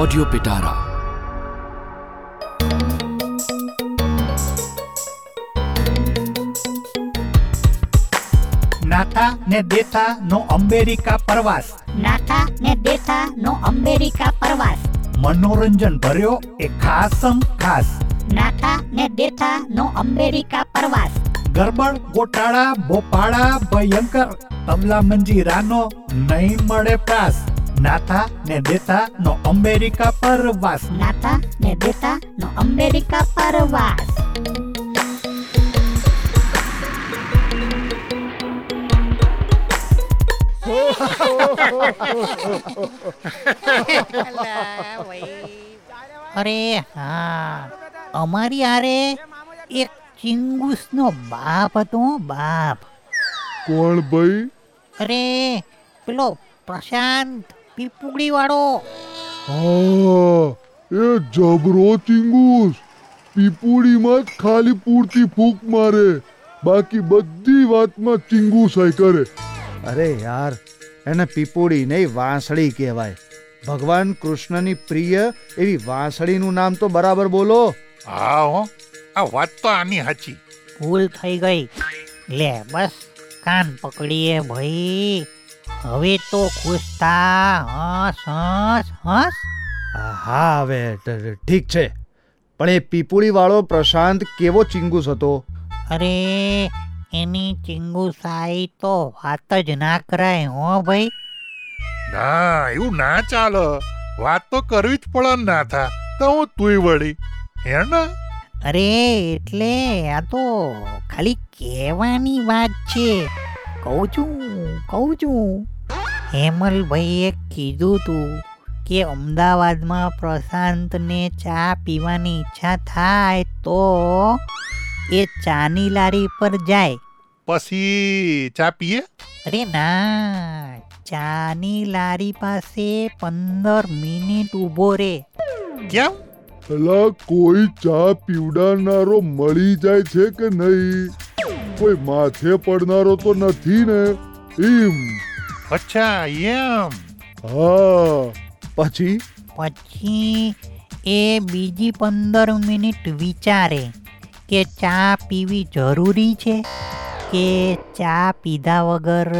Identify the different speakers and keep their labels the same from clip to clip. Speaker 1: audio Pitara
Speaker 2: Natha ને દેથા નો America પ્રવાસ
Speaker 3: નાથા ને દેથા નો અમેરિકા પ્રવાસ
Speaker 2: મનોરંજન ભર્યો એ ખાસમ ખાસ
Speaker 3: નાથા ને દેથા નો અમેરિકા પ્રવાસ
Speaker 2: ગરબડ ગોટાળા બોપાળા ભયંકર તબલા મંજીરાનો નહીં મળે પાસ નાથા ને દેથા નો અમેરિકા પ્રવાસ
Speaker 3: નાથા ને દેથા નો અમેરિકા પ્રવાસ
Speaker 4: અરે હા અમારી આરે એક ચિંગુસનો બાપ હતો બાપ
Speaker 5: કોણ ભાઈ
Speaker 4: અરે પેલો પ્રશાંત પીપુગડીવાળો
Speaker 5: હા એ જબરો ચિંગુસ પીપુડીમાં જ ખાલી પૂરતી ફૂંક મારે બાકી બધી વાતમાં ચિંગુસાઈ કરે
Speaker 6: અરે યાર એને પીપોડી નહીં વાંસળી કહેવાય ભગવાન કૃષ્ણની પ્રિય એવી વાંસળીનું નામ તો બરાબર બોલો
Speaker 7: હા હો આ વાત તો આની સાચી
Speaker 4: ભૂલ થઈ ગઈ લે બસ કાન પકડીએ ભાઈ હવે તો ખુશ થા હસ હસ હસ
Speaker 6: હા હવે ઠ- ઠ- ઠીક છે પણ એ પીપુડી વાળો પ્રશાંત કેવો ચિંગુસ હતો
Speaker 4: અરે એની ચિંગુસાઈ તો વાત જ ના કરાય હો ભાઈ
Speaker 7: ના એવું ના ચાલે વાત તો કરવી જ પડે ને ના થા તો હું તુંય વળી હે ને
Speaker 4: અરે એટલે આ તો ખાલી કહેવાની વાત છે કહું છું કહું છું હેમલભાઈએ કીધું તું કે અમદાવાદમાં પ્રશાંતને ચા પીવાની ઈચ્છા થાય તો એ ચાની લારી પર જાય
Speaker 7: પછી ચા પીએ
Speaker 4: અરે ના ચાની લારી પાસે પંદર મિનિટ ઊભો રે
Speaker 7: કેમ
Speaker 5: એલા કોઈ ચા પીવડાવનારો મળી જાય છે કે નહીં કોઈ માથે પડનારો તો નથી ને એમ
Speaker 7: અચ્છા એમ
Speaker 5: હા
Speaker 6: પછી
Speaker 4: પછી એ બીજી પંદર મિનિટ વિચારે કે ચા પીવી જરૂરી છે કે ચા પીધા વગર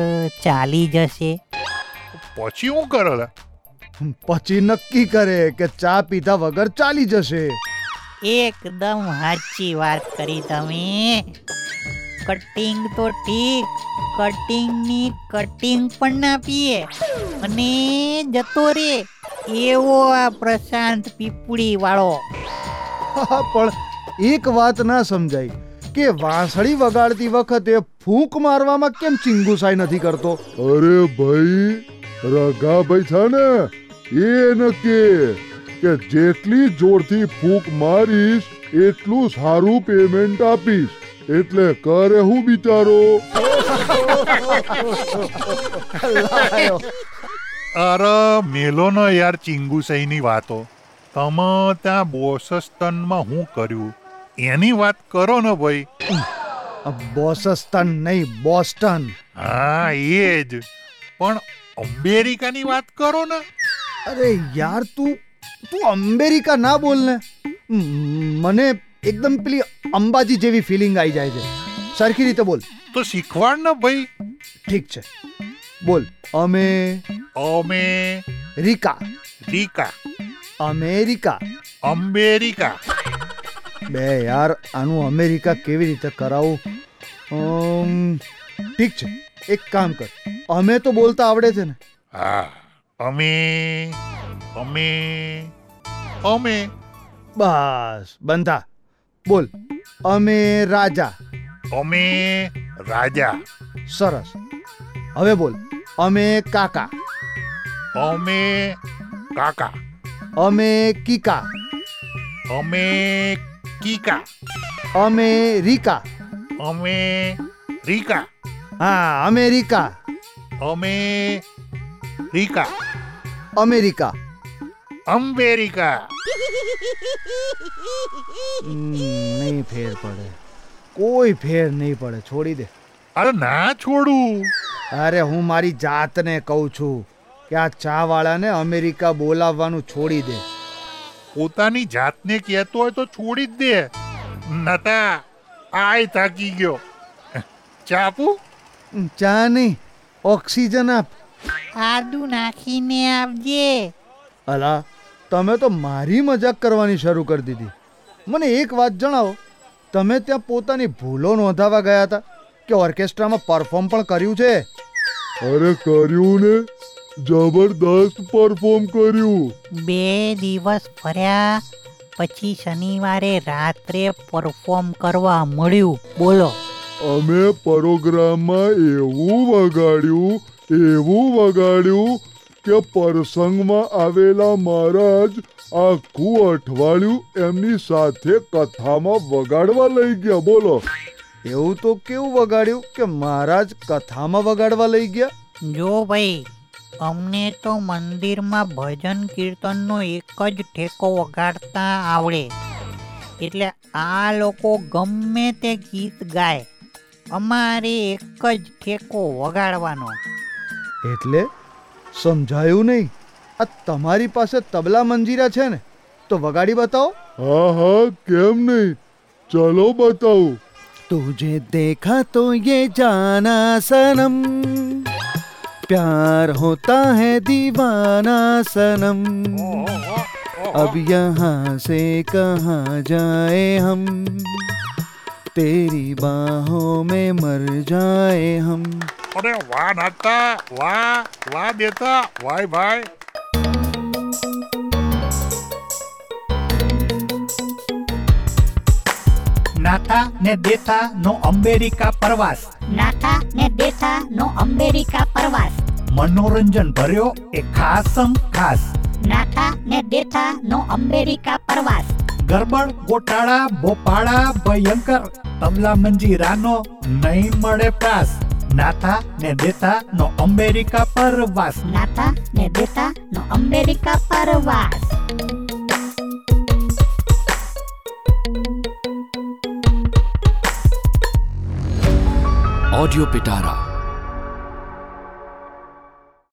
Speaker 4: ચાલી જશે
Speaker 7: પછી હું કરે
Speaker 6: પછી નક્કી કરે કે ચા પીધા વગર ચાલી જશે
Speaker 4: એકદમ સાચી વાત કરી તમે કટિંગ તો ઠીક કટિંગની કટિંગ પણ ના પીએ અને જતો રે એવો આ પ્રશાંત પીપળી વાળો
Speaker 6: હા, પણ એક વાત ના સમજાય કે વાંસળી વગાડતી વખતે ફૂંક મારવામાં કેમ ચિંગુસાઈ નથી કરતો
Speaker 5: અરે ભાઈ રઘાભાઈ છે ને એ નક્કી કે જેટલી જોરથી ફૂંક મારીશ એટલું સારું પેમેન્ટ આપીશ એટલે કરે હું બિચારો
Speaker 7: અરે મેલો ન યાર ચિંગુસાઈની વાતો તમે ત્યાં બોસસ્તનમાં હું કર્યું એની વાત કરો ને ભાઈ
Speaker 6: બોસસ્તન નહીં બોસ્ટન
Speaker 7: હા એ જ પણ અમેરિકાની વાત કરો ને
Speaker 6: અરે યાર તું તું અમેરિકા ના બોલ ને મ- મને એકદમ પેલી અંબાજી જેવી ફિલિંગ આવી જાય છે સરખી રીતે બોલ
Speaker 7: તો શીખવાડ ને ભાઈ
Speaker 6: ઠીક છે બોલ અમે
Speaker 7: અમેરિકા
Speaker 6: રિકા અમેરિકા
Speaker 7: અમેરિકા
Speaker 6: બે યાર આનું અમેરિકા કેવી રીતે કરાવું અમ, ઠીક છે એક કામ કર અમે તો બોલતા આવડે છે ને
Speaker 7: હા અમે અમે અમે
Speaker 6: બસ બંધા બોલ અમે રાજા
Speaker 7: અમે રાજા
Speaker 6: સરસ હવે બોલ અમે કાકા
Speaker 7: અમે કાકા
Speaker 6: અમે કિકા
Speaker 7: અમે કીકા
Speaker 6: અમે રીકા
Speaker 7: અમે રીકા
Speaker 6: હા અમેરિકા
Speaker 7: અમે રીકા
Speaker 6: અમેરિકા
Speaker 7: અમેરિકા
Speaker 6: હમ, નહીં ફેર પડે કોઈ ફેર નહીં પડે છોડી દે
Speaker 7: અરે ના છોડું
Speaker 6: અરે હું મારી જાતને કહું છું કે આ ચા વાળાને અમેરિકા બોલાવવાનું છોડી દે
Speaker 7: પોતાની જાતને કહેતો હોય તો છોડી જ દે નતા આય થાકી ગયો ચાપુ
Speaker 6: "ઉમ, ચા નહીં ઓક્સિજન આપ
Speaker 4: આદુ નાખીને આપજે
Speaker 6: અલા તમે તો મારી મજાક કરવાની શરૂ કરી દીધી મને એક વાત જણાવો તમે ત્યાં પોતાની ભૂલો નોંધાવા ગયા હતા કે ઓર્કેસ્ટ્રામાં પરફોર્મ પણ કર્યું છે
Speaker 5: અરે કર્યું ને જબરદસ્ત પરફોર્મ કર્યું
Speaker 4: બે દિવસ ફર્યા પછી શનિવારે રાત્રે પરફોર્મ કરવા મળ્યું બોલો
Speaker 5: અમે પ્રોગ્રામમાં એવું વગાડ્યું એવું વગાડ્યું કે પ્રસંગમાં આવેલા મહારાજ આખું અઠવાડિયું એમની સાથે કથામાં વગાડવા લઈ ગયા બોલો
Speaker 6: એવું તો કેવું વગાડ્યું કે મહારાજ કથામાં વગાડવા લઈ ગયા
Speaker 4: જો ભાઈ અમને તો મંદિરમાં ભજન કીર્તનનો એક જ ઠેકો વગાડતા આવડે એટલે આ લોકો ગમે તે ગીત ગાય અમારે એક જ ઠેકો વગાડવાનો
Speaker 6: એટલે સમજાયું નહીં આ તમારી પાસે તબલા મંજીરા છે ને તો વગાડી બતાવો
Speaker 5: હા હા કેમ નહીં ચલો બતાવું
Speaker 6: तुझे देखा तो ये जाना सनम प्यार होता है दीवाना सनम अब यहाँ से कहाँ जाए हम तेरी बाहों में मर जाए हम
Speaker 7: અરે વાહ નાતા વાહ વાહ દેતા વાય ભાઈ
Speaker 2: નાથા ને દેથા નો અમેરિકા પ્રવાસ
Speaker 3: નાથા ને દેથા નો અમેરિકા પ્રવાસ
Speaker 2: મનોરંજન ભર્યો એ ખાસમ ખાસ
Speaker 3: નાથા ને દેથા નો અમેરિકા પ્રવાસ
Speaker 2: ગરબડ ગોટાળા બોપાળા ભયંકર તબલા મંજીરાનો નહીં મળે પાસ નાથા ને દેતા નો અમેરિકા પરવાસ
Speaker 3: નાથા ને દેથા નો અમેરિકા પ્રવાસ
Speaker 1: ऑडियो पिटारा